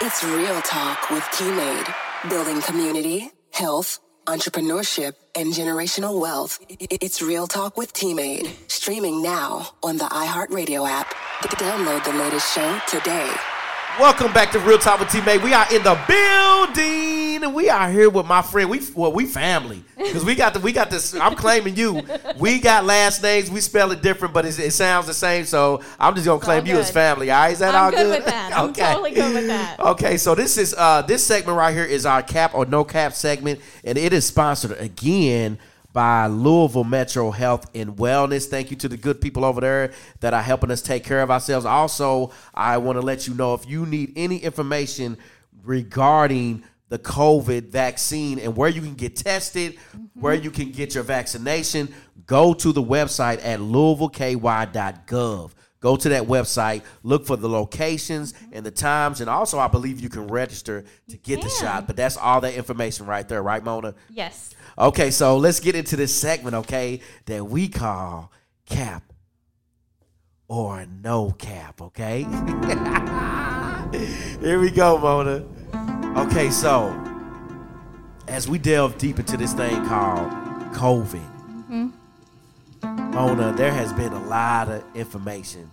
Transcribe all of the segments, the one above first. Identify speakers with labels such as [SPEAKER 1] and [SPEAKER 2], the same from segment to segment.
[SPEAKER 1] It's Real Talk with Kool-Aid. Building community, health, entrepreneurship, and generational wealth. I- I- It's Real Talk with Teammate. Streaming now on the iHeartRadio app. D- Download the latest show today.
[SPEAKER 2] Welcome back to Real Talk with Teammate. We are in the building, and we are here with my friend. We well, we family because we got the, we got this. I'm claiming you. We got last names. We spell it different, but it's, it sounds the same. So I'm just gonna claim
[SPEAKER 3] all
[SPEAKER 2] you as
[SPEAKER 3] good.
[SPEAKER 2] family. All right, is that
[SPEAKER 3] I'm
[SPEAKER 2] all
[SPEAKER 3] good with that. I'm totally good with that.
[SPEAKER 2] Okay, so this is uh this segment right here is our cap or no cap segment, and it is sponsored again by Louisville Metro Health and Wellness. Thank you to the good people over there that are helping us take care of ourselves. Also, I want to let you know if you need any information regarding the COVID vaccine and where you can get tested, where
[SPEAKER 3] Mm-hmm.
[SPEAKER 2] you can get your vaccination, go to the website at louisvilleky.gov. Go to that website, look for the locations and the times, and also I believe you can register to get the
[SPEAKER 3] can.
[SPEAKER 2] shot. But that's all that information right there, right, Mona?
[SPEAKER 3] Yes.
[SPEAKER 2] Okay, so let's get into this segment, okay, that we call cap or no cap, okay? Here we go, Mona. Okay, so as we delve deep into this thing called COVID, Mona, there has been a lot of information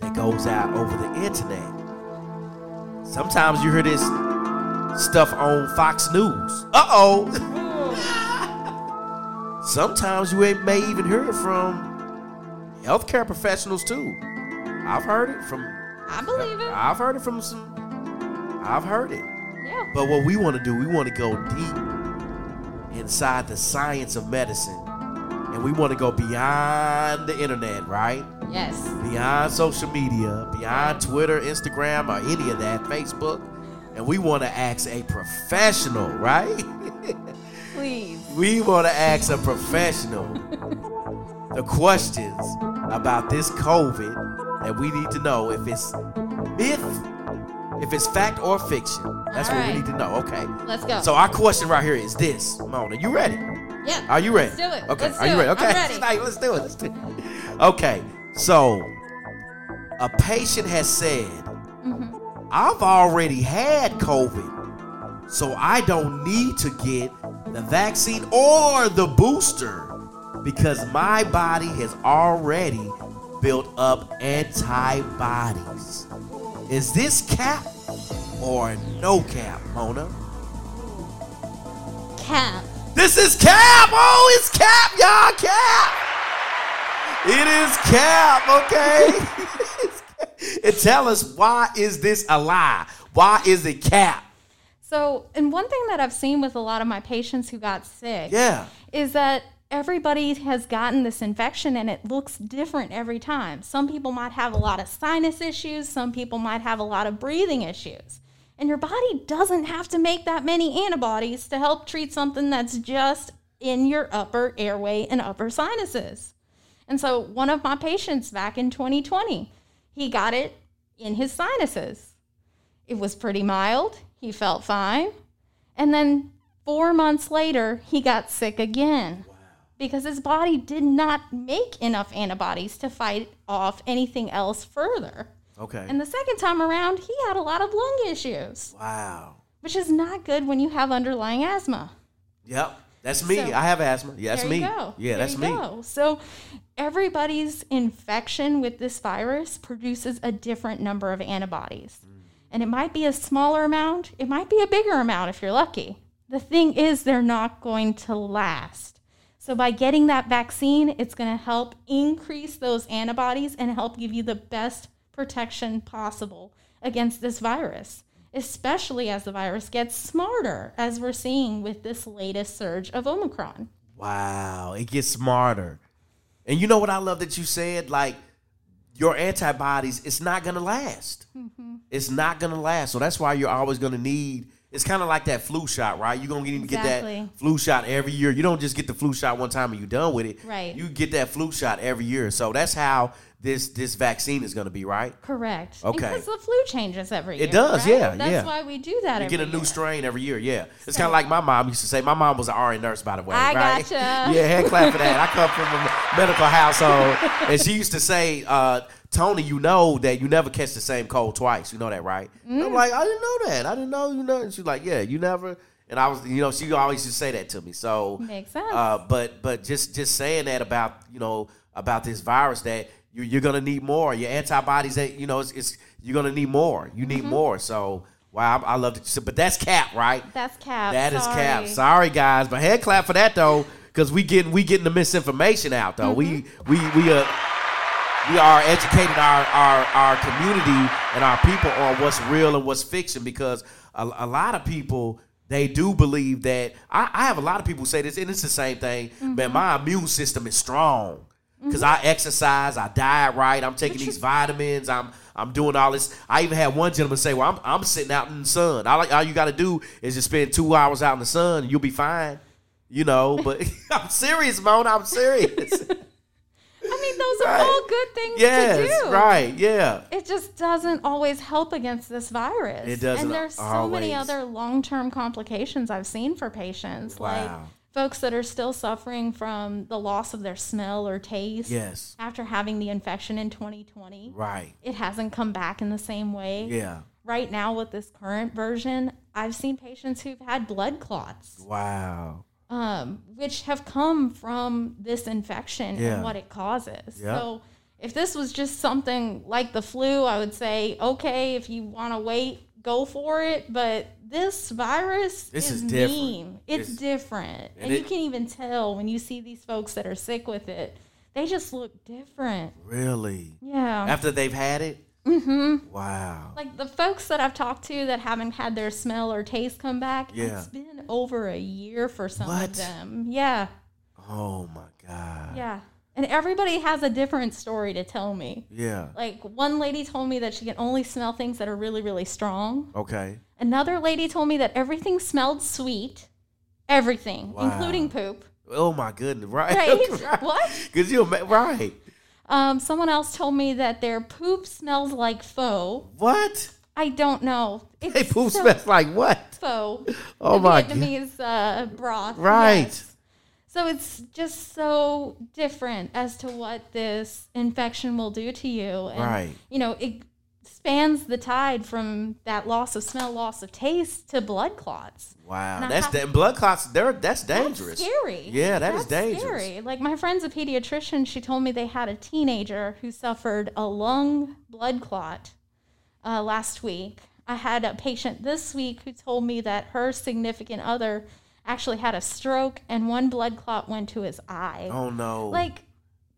[SPEAKER 2] that goes out over the internet. Sometimes you hear this stuff on Fox News. Uh oh. Sometimes you ain't- may even hear it from healthcare professionals too. I've heard it from.
[SPEAKER 3] I believe it.
[SPEAKER 2] I've heard it from some. I've heard it.
[SPEAKER 3] Yeah.
[SPEAKER 2] But what we want to do, we want to go deep inside the science of medicine, and we want to go beyond the internet, right?
[SPEAKER 3] Yes.
[SPEAKER 2] Beyond social media, beyond Twitter, Instagram, or any of that, Facebook, and we want to ask a professional, right?
[SPEAKER 3] Please.
[SPEAKER 2] We want to ask a professional the questions about this COVID that we need to know if it's myth, if it's fact or fiction. That's
[SPEAKER 3] All
[SPEAKER 2] what we
[SPEAKER 3] right.
[SPEAKER 2] need to know. Okay.
[SPEAKER 3] Let's go.
[SPEAKER 2] So our question right here is this, Mona. You ready?
[SPEAKER 3] yeah.
[SPEAKER 2] Are you ready?
[SPEAKER 3] Let's do it.
[SPEAKER 2] Okay.
[SPEAKER 3] Let's
[SPEAKER 2] Are you
[SPEAKER 3] do
[SPEAKER 2] ready?
[SPEAKER 3] it.
[SPEAKER 2] Okay.
[SPEAKER 3] I'm ready.
[SPEAKER 2] Like, let's do it. Let's do it. Okay. So a patient has said,
[SPEAKER 3] Mm-hmm.
[SPEAKER 2] "I've already had COVID, so I don't need to get the vaccine or the booster because my body has already built up antibodies." Is this cap or no cap, Mona?
[SPEAKER 3] Cap.
[SPEAKER 2] This is Cap. Oh, it's Cap, y'all. Cap. It is Cap. Okay. and tell us why is this a lie? Why is it Cap?
[SPEAKER 3] So, and one thing that I've seen with a lot of my patients who got sick
[SPEAKER 2] Yeah.
[SPEAKER 3] is that everybody has gotten this infection and it looks different every time. Some people might have a lot of sinus issues, some people might have a lot of breathing issues. And your body doesn't have to make that many antibodies to help treat something that's just in your upper airway and upper sinuses. And so, one of my patients back in 2020, he got it in his sinuses. It was pretty mild. He felt fine. And then four months later, he got sick again because his body did not make enough antibodies to fight off anything else further.
[SPEAKER 2] Okay.
[SPEAKER 3] And the second time around, he had a lot of lung issues,
[SPEAKER 2] wow.
[SPEAKER 3] which is not good when you have underlying asthma.
[SPEAKER 2] Yep. That's me.
[SPEAKER 3] So-
[SPEAKER 2] I have asthma. Yeah, that's
[SPEAKER 3] there
[SPEAKER 2] me.
[SPEAKER 3] You go.
[SPEAKER 2] Yeah,
[SPEAKER 3] There
[SPEAKER 2] that's
[SPEAKER 3] you
[SPEAKER 2] me.
[SPEAKER 3] Go. So everybody's infection with this virus produces a different number of antibodies.
[SPEAKER 2] Mm.
[SPEAKER 3] And it might be a smaller amount, it might be a bigger amount if you're lucky. The thing is they're not going to last. So by getting that vaccine, it's going to help increase those antibodies and help give you the best protection possible against this virus. Especially as the virus gets smarter, as we're seeing with this latest surge of Omicron.
[SPEAKER 2] Wow. It gets smarter. And you know what I love that you said? Like, your antibodies, it's not going to last.
[SPEAKER 3] Mm-hmm.
[SPEAKER 2] It's not going to last. So that's why you're always going to need. It's kind of like that flu shot, right? You're going to need to get
[SPEAKER 3] Exactly.
[SPEAKER 2] that flu shot every year. You don't just get the flu shot one time and you're done with it.
[SPEAKER 3] Right.
[SPEAKER 2] You get that flu shot every year. So that's how this this vaccine is going to be, right?
[SPEAKER 3] Correct.
[SPEAKER 2] Okay.
[SPEAKER 3] Because the flu changes every year.
[SPEAKER 2] It does,
[SPEAKER 3] right?
[SPEAKER 2] yeah,
[SPEAKER 3] That's
[SPEAKER 2] yeah.
[SPEAKER 3] why we do that.
[SPEAKER 2] You get a
[SPEAKER 3] every
[SPEAKER 2] new
[SPEAKER 3] year.
[SPEAKER 2] strain every year. Yeah, it's kind of like my mom used to say. My mom was an RN nurse, by the way.
[SPEAKER 3] I
[SPEAKER 2] right?
[SPEAKER 3] gotcha.
[SPEAKER 2] yeah, hand clap for that. I come from a medical household, and she used to say uh, Tony, you know that you never catch the same cold twice. You know that, right?
[SPEAKER 3] Mm.
[SPEAKER 2] I'm like, I didn't know that. I didn't know you know. And she's like, yeah, you never. And I was, you know, she always used to say that to me. So
[SPEAKER 3] Makes sense.
[SPEAKER 2] Uh, but but just just saying that about you know about this virus that you, you're gonna need more. Your antibodies that you know it's, it's you're gonna need more. You
[SPEAKER 3] Mm-hmm.
[SPEAKER 2] need more. So wow, I, I love it. So, but that's cap, right?
[SPEAKER 3] That's cap.
[SPEAKER 2] That is
[SPEAKER 3] sorry.
[SPEAKER 2] cap. Sorry guys, but hand clap for that though, because we getting we getting the misinformation out though.
[SPEAKER 3] Mm-hmm.
[SPEAKER 2] We we we uh we are educating our our our community and our people on what's real and what's fiction because a, a lot of people. They do believe that I, I have a lot of people say this, and it's the same thing. Man, my immune system is strong because I exercise, I diet right, I'm taking these vitamins, I'm I'm doing all this. I even had one gentleman say, "Well, I'm I'm sitting out in the sun. All, all you got to do is just spend two hours out in the sun, and you'll be fine." You know, but I'm serious, Mona. I'm serious.
[SPEAKER 3] I mean, those are
[SPEAKER 2] Right.
[SPEAKER 3] all good things
[SPEAKER 2] yes,
[SPEAKER 3] to do.
[SPEAKER 2] right, yeah.
[SPEAKER 3] It just doesn't always help against this virus.
[SPEAKER 2] It doesn't
[SPEAKER 3] And there's so many
[SPEAKER 2] always.
[SPEAKER 3] other long-term complications I've seen for patients, like
[SPEAKER 2] Wow.
[SPEAKER 3] folks that are still suffering from the loss of their smell or taste
[SPEAKER 2] Yes.
[SPEAKER 3] after having the infection in 2020.
[SPEAKER 2] Right,
[SPEAKER 3] It hasn't come back in the same way.
[SPEAKER 2] yeah.
[SPEAKER 3] Right now with this current version, I've seen patients who've had blood clots.
[SPEAKER 2] Wow.
[SPEAKER 3] um, which have come from this infection
[SPEAKER 2] Yeah.
[SPEAKER 3] and what it causes.
[SPEAKER 2] Yeah.
[SPEAKER 3] So, if this was just something like the flu, I would say, okay, if you want to wait, go for it. But this virus
[SPEAKER 2] This is
[SPEAKER 3] is,
[SPEAKER 2] different.
[SPEAKER 3] mean. It's,
[SPEAKER 2] It's-
[SPEAKER 3] different.
[SPEAKER 2] and
[SPEAKER 3] And, you
[SPEAKER 2] it-
[SPEAKER 3] can even tell when you see these folks that are sick with it, they just look different.
[SPEAKER 2] Really?
[SPEAKER 3] Yeah.
[SPEAKER 2] After they've had it? Mm-hmm. Wow.
[SPEAKER 3] like the folks that I've talked to that haven't had their smell or taste come back,
[SPEAKER 2] Yeah.
[SPEAKER 3] it's been over a year for some
[SPEAKER 2] What?
[SPEAKER 3] of them. Yeah.
[SPEAKER 2] Oh my God.
[SPEAKER 3] Yeah. And everybody has a different story to tell me.
[SPEAKER 2] Yeah.
[SPEAKER 3] Like one lady told me that she can only smell things that are really, really strong.
[SPEAKER 2] Okay.
[SPEAKER 3] Another lady told me that everything smelled sweet. Everything,
[SPEAKER 2] Wow.
[SPEAKER 3] including poop.
[SPEAKER 2] Oh my goodness. Right.
[SPEAKER 3] Right? what?
[SPEAKER 2] Because you ima- right.
[SPEAKER 3] Um, someone else told me that their poop smells like faux.
[SPEAKER 2] What?
[SPEAKER 3] I don't know. It's
[SPEAKER 2] Hey, poop
[SPEAKER 3] so
[SPEAKER 2] smells like what?
[SPEAKER 3] Faux.
[SPEAKER 2] Oh
[SPEAKER 3] the
[SPEAKER 2] my god.
[SPEAKER 3] Vietnamese uh, broth.
[SPEAKER 2] Right.
[SPEAKER 3] yes. So it's just so different as to what this infection will do to you. And,
[SPEAKER 2] Right.
[SPEAKER 3] You know, it spans the tide from that loss of smell, loss of taste to blood clots.
[SPEAKER 2] Wow.
[SPEAKER 3] I
[SPEAKER 2] That's
[SPEAKER 3] have-
[SPEAKER 2] da- and blood clots. They're that's dangerous.
[SPEAKER 3] That's scary.
[SPEAKER 2] Yeah, that is
[SPEAKER 3] That's
[SPEAKER 2] dangerous.
[SPEAKER 3] Scary. Like my friend's a pediatrician. She told me they had a teenager who suffered a lung blood clot uh, last week. I had a patient this week who told me that her significant other actually had a stroke and one blood clot went to his eye.
[SPEAKER 2] Oh no.
[SPEAKER 3] Like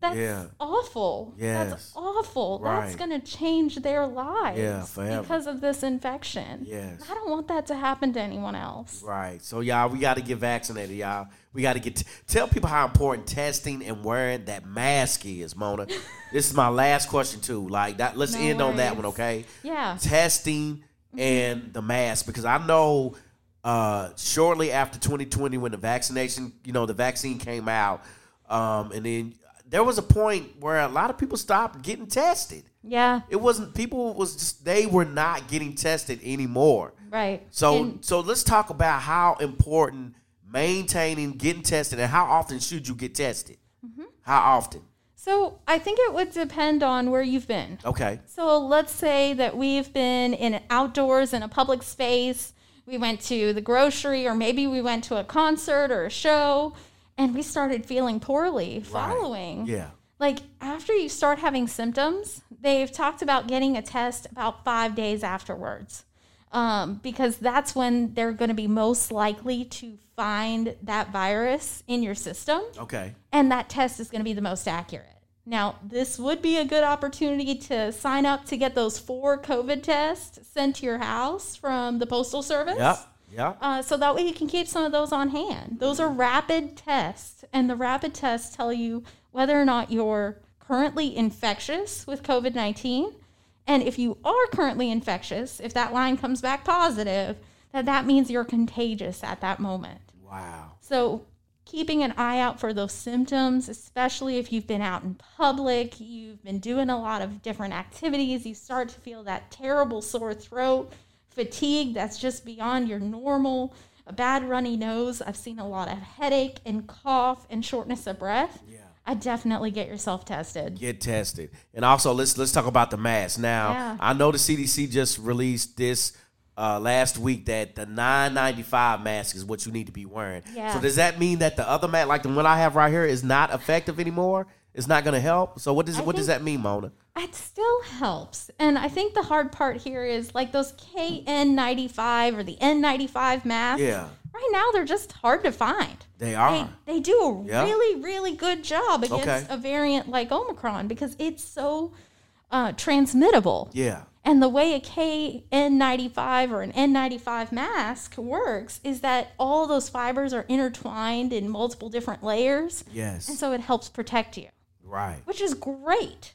[SPEAKER 3] that's
[SPEAKER 2] Yeah.
[SPEAKER 3] awful.
[SPEAKER 2] Yes.
[SPEAKER 3] That's awful. That's
[SPEAKER 2] Right.
[SPEAKER 3] going to change their lives
[SPEAKER 2] Yeah, forever.
[SPEAKER 3] because of this infection.
[SPEAKER 2] Yes.
[SPEAKER 3] I don't want that to happen to anyone else.
[SPEAKER 2] Right. So y'all, we got to get vaccinated, y'all. We got to get tell people how important testing and wearing that mask is, Mona. this is my last question too. Like that let's
[SPEAKER 3] No
[SPEAKER 2] end on that one,
[SPEAKER 3] worries.
[SPEAKER 2] okay?
[SPEAKER 3] Yeah. Mm-hmm.
[SPEAKER 2] testing and the mask because I know uh, shortly after 2020 when the vaccination, you know, the vaccine came out, um, and then there was a point where a lot of people stopped getting tested.
[SPEAKER 3] Yeah.
[SPEAKER 2] It wasn't people was just they were not getting tested anymore.
[SPEAKER 3] Right.
[SPEAKER 2] So
[SPEAKER 3] And-
[SPEAKER 2] so let's talk about how important maintaining getting tested and how often should you get tested?
[SPEAKER 3] Mm-hmm.
[SPEAKER 2] How often?
[SPEAKER 3] So I think it would depend on where you've been.
[SPEAKER 2] Okay.
[SPEAKER 3] So let's say that we've been in outdoors in a public space. We went to the grocery, or maybe we went to a concert or a show, and we started feeling poorly following.
[SPEAKER 2] Yeah.
[SPEAKER 3] Like after you start having symptoms, they've talked about getting a test about five days afterwards. Um, because that's when they're going to be most likely to find that virus in your system
[SPEAKER 2] Okay.
[SPEAKER 3] and that test is going to be the most accurate. Now, this would be a good opportunity to sign up to get those four COVID tests sent to your house from the Postal Service.
[SPEAKER 2] Yep. Yep.
[SPEAKER 3] Uh, so that way you can keep some of those on hand. Those are rapid tests, and the rapid tests tell you whether or not you're currently infectious with COVID 19. And if you are currently infectious, if that line comes back positive, that that means you're contagious at that moment.
[SPEAKER 2] Wow.
[SPEAKER 3] So, keeping an eye out for those symptoms, especially if you've been out in public, you've been doing a lot of different activities, you start to feel that terrible sore throat, fatigue that's just beyond your normal, a bad runny nose. I've seen a lot of headache and cough and shortness of breath.
[SPEAKER 2] Yeah.
[SPEAKER 3] I definitely get yourself tested.
[SPEAKER 2] Get tested. And also let's let's talk about the mask. Now,
[SPEAKER 3] Yeah.
[SPEAKER 2] I know the CDC just released this uh, last week that the 995 mask is what you need to be wearing.
[SPEAKER 3] Yeah.
[SPEAKER 2] So does that mean that the other mask like the one I have right here is not effective anymore? It's not going to help? So what does what does
[SPEAKER 3] think-
[SPEAKER 2] that mean, Mona?
[SPEAKER 3] It still helps. And I think the hard part here is like those KN95 or the N95 masks.
[SPEAKER 2] Yeah.
[SPEAKER 3] Right now, they're just hard to find.
[SPEAKER 2] They
[SPEAKER 3] They,
[SPEAKER 2] are.
[SPEAKER 3] they do a
[SPEAKER 2] Uh-huh. Yeah.
[SPEAKER 3] really, really good job against
[SPEAKER 2] Okay.
[SPEAKER 3] a variant like Omicron because it's so uh, transmittable.
[SPEAKER 2] yeah.
[SPEAKER 3] And the way a KN95 or an N95 mask works is that all those fibers are intertwined in multiple different layers.
[SPEAKER 2] Yes.
[SPEAKER 3] And so it helps protect you,
[SPEAKER 2] right.
[SPEAKER 3] which is great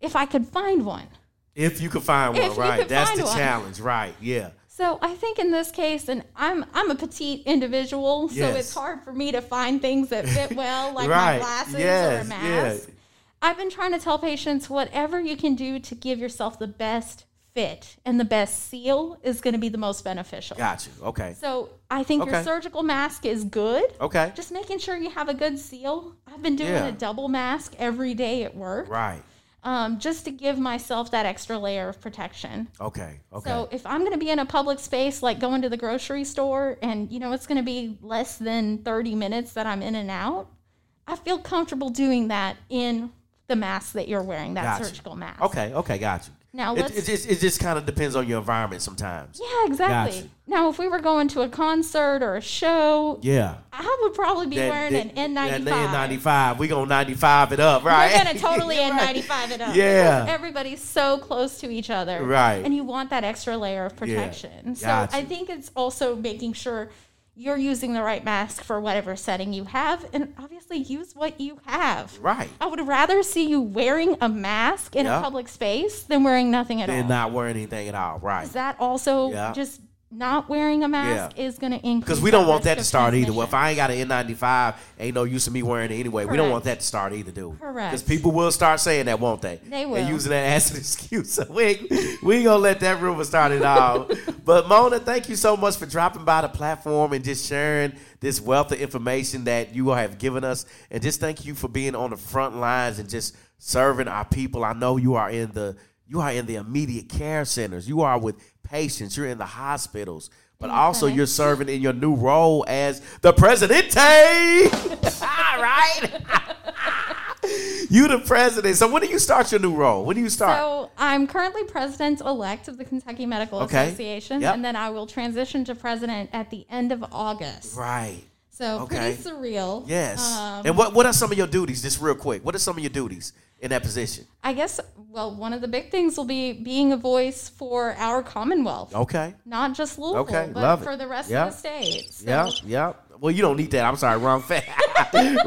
[SPEAKER 3] if I could find one.
[SPEAKER 2] If you could find one,
[SPEAKER 3] If you
[SPEAKER 2] right.
[SPEAKER 3] could
[SPEAKER 2] That's
[SPEAKER 3] find
[SPEAKER 2] the
[SPEAKER 3] one.
[SPEAKER 2] challenge, right. Yeah.
[SPEAKER 3] So I think in this case, and I'm I'm a petite individual, so
[SPEAKER 2] Yes.
[SPEAKER 3] it's hard for me to find things that fit well, like
[SPEAKER 2] right.
[SPEAKER 3] my glasses or a
[SPEAKER 2] yes.
[SPEAKER 3] mask.
[SPEAKER 2] Yeah.
[SPEAKER 3] I've been trying to tell patients whatever you can do to give yourself the best fit and the best seal is going to be the most beneficial.
[SPEAKER 2] Got you. Okay.
[SPEAKER 3] So I think
[SPEAKER 2] Okay.
[SPEAKER 3] your surgical mask is good.
[SPEAKER 2] Okay.
[SPEAKER 3] Just making sure you have a good seal. I've been doing
[SPEAKER 2] Yeah.
[SPEAKER 3] a double mask every day at work,
[SPEAKER 2] Right.
[SPEAKER 3] um, just to give myself that extra layer of protection.
[SPEAKER 2] Okay. Okay.
[SPEAKER 3] So if I'm going to be in a public space, like going to the grocery store, and you know it's going to be less than 30 minutes that I'm in and out, I feel comfortable doing that in the mask that you're wearing, that
[SPEAKER 2] Gotcha.
[SPEAKER 3] surgical mask.
[SPEAKER 2] Okay, okay, got you.
[SPEAKER 3] Now
[SPEAKER 2] it,
[SPEAKER 3] let's-
[SPEAKER 2] it just it just kind of depends on your environment sometimes.
[SPEAKER 3] Yeah, exactly.
[SPEAKER 2] Gotcha.
[SPEAKER 3] Now, if we were going to a concert or a show,
[SPEAKER 2] Yeah.
[SPEAKER 3] I would probably be wearing an N95.
[SPEAKER 2] N95. We gonna 95 it up, right?
[SPEAKER 3] We're gonna totally
[SPEAKER 2] Right.
[SPEAKER 3] N95 it up.
[SPEAKER 2] Yeah.
[SPEAKER 3] Because everybody's so close to each other.
[SPEAKER 2] Right.
[SPEAKER 3] And you want that extra layer of protection. So
[SPEAKER 2] Gotcha.
[SPEAKER 3] I think it's also making sure you're using the right mask for whatever setting you have, and obviously use what you have.
[SPEAKER 2] Right.
[SPEAKER 3] I would rather see you wearing a mask in
[SPEAKER 2] Yeah.
[SPEAKER 3] a public space than wearing nothing at
[SPEAKER 2] And
[SPEAKER 3] all.
[SPEAKER 2] not wearing anything at all, right?
[SPEAKER 3] Is that also
[SPEAKER 2] Yeah.
[SPEAKER 3] just not wearing a mask is going to increase?
[SPEAKER 2] Because we don't want
[SPEAKER 3] risk
[SPEAKER 2] that to
[SPEAKER 3] of
[SPEAKER 2] start either. Well,
[SPEAKER 3] transmission.
[SPEAKER 2] if I ain't got an N95, ain't no use of me wearing it anyway. We don't want that
[SPEAKER 3] Correct.
[SPEAKER 2] to start either, do we?
[SPEAKER 3] Correct.
[SPEAKER 2] Because people will start saying that, won't they?
[SPEAKER 3] They
[SPEAKER 2] And
[SPEAKER 3] will.
[SPEAKER 2] using that as an excuse. So we ain't, we ain't gonna let that rumor start at all. but Mona, thank you so much for dropping by the platform and just sharing this wealth of information that you have given us, and just thank you for being on the front lines and just serving our people. I know you are in the you are in the immediate care centers. You are with patients. You're in the hospitals. But also, you're serving in your new role as the presidente. All right. you the president. So when do you start your new role? When do you start?
[SPEAKER 3] So I'm currently president elect of the Kentucky Medical
[SPEAKER 2] Okay.
[SPEAKER 3] Association,
[SPEAKER 2] Yep.
[SPEAKER 3] and then I will transition to president at the end of August.
[SPEAKER 2] Right.
[SPEAKER 3] So
[SPEAKER 2] Okay.
[SPEAKER 3] pretty surreal.
[SPEAKER 2] Yes.
[SPEAKER 3] Um,
[SPEAKER 2] and what what are some of your duties? Just real quick. What are some of your duties in that position?
[SPEAKER 3] I guess well, one of the big things will be being a voice for our Commonwealth,
[SPEAKER 2] Okay.
[SPEAKER 3] not just Louisville,
[SPEAKER 2] Okay,
[SPEAKER 3] but
[SPEAKER 2] love it.
[SPEAKER 3] for the rest
[SPEAKER 2] Yeah.
[SPEAKER 3] of the state. So
[SPEAKER 2] Yeah. Yeah. Well, you don't need that. I'm sorry. Wrong fact.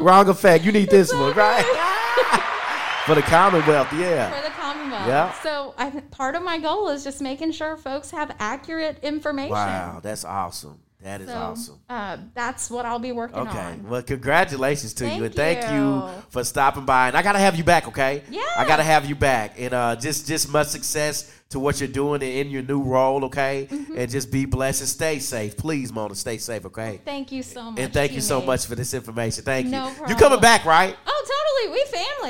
[SPEAKER 2] wrong effect. You need this one, right? For the Commonwealth.
[SPEAKER 3] For
[SPEAKER 2] Yeah.
[SPEAKER 3] the Commonwealth.
[SPEAKER 2] Yeah.
[SPEAKER 3] So I think part of my goal is just making sure folks have accurate information.
[SPEAKER 2] Wow. That's awesome. That is
[SPEAKER 3] So
[SPEAKER 2] awesome.
[SPEAKER 3] uh, that's what I'll be working
[SPEAKER 2] Okay.
[SPEAKER 3] on.
[SPEAKER 2] Well, congratulations to you,
[SPEAKER 3] Thank
[SPEAKER 2] and thank you.
[SPEAKER 3] you.
[SPEAKER 2] for stopping by. And I gotta have you back, okay?
[SPEAKER 3] Yeah.
[SPEAKER 2] I gotta have you back, and uh, just just much success to what you're doing in your new role, okay?
[SPEAKER 3] Mm-hmm.
[SPEAKER 2] And just be blessed and stay safe, please, Mona. Stay safe, okay?
[SPEAKER 3] Thank you so much.
[SPEAKER 2] and thank you so
[SPEAKER 3] teammate.
[SPEAKER 2] much for this information. Thank
[SPEAKER 3] No
[SPEAKER 2] you. You
[SPEAKER 3] problem.
[SPEAKER 2] coming back, right?
[SPEAKER 3] Oh, totally. We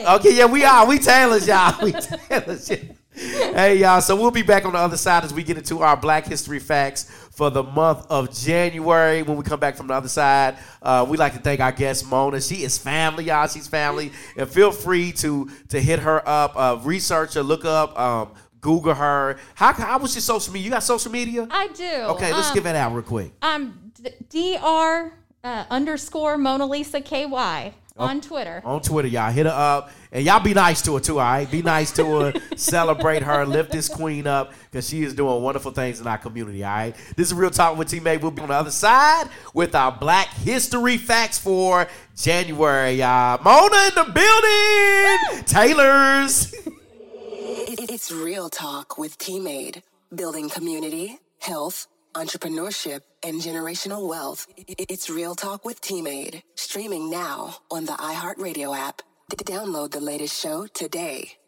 [SPEAKER 3] family.
[SPEAKER 2] Okay, yeah, we are. We tailors, y'all. We tailors. yeah. Hey, y'all. So we'll be back on the other side as we get into our Black History facts for the month of January. When we come back from the other side, uh, we like to thank our guest Mona. She is family, y'all. She's family, and feel free to to hit her up, uh, research her, look up, um, Google her. How how was your social media? You got social media?
[SPEAKER 3] I do.
[SPEAKER 2] Okay, let's
[SPEAKER 3] Oh, um,
[SPEAKER 2] give that out real quick.
[SPEAKER 3] I'm D- dr uh, underscore Mona Lisa ky
[SPEAKER 2] Oh.
[SPEAKER 3] on Twitter.
[SPEAKER 2] on Twitter, y'all. Hit her up. And y'all be nice to her too, all right? Be nice to her. Celebrate her. Lift this queen up because she is doing wonderful things in our community, all right? This is Real Talk with Teammate. We'll be on the other side with our Black History Facts for January, y'all. Mona in the building. Taylor's.
[SPEAKER 1] It- it- It's real talk with Teammate, building community, health, entrepreneurship, and generational wealth. It- it- It's real talk with Teammate, streaming now on the iHeartRadio app. D- Download the latest show today.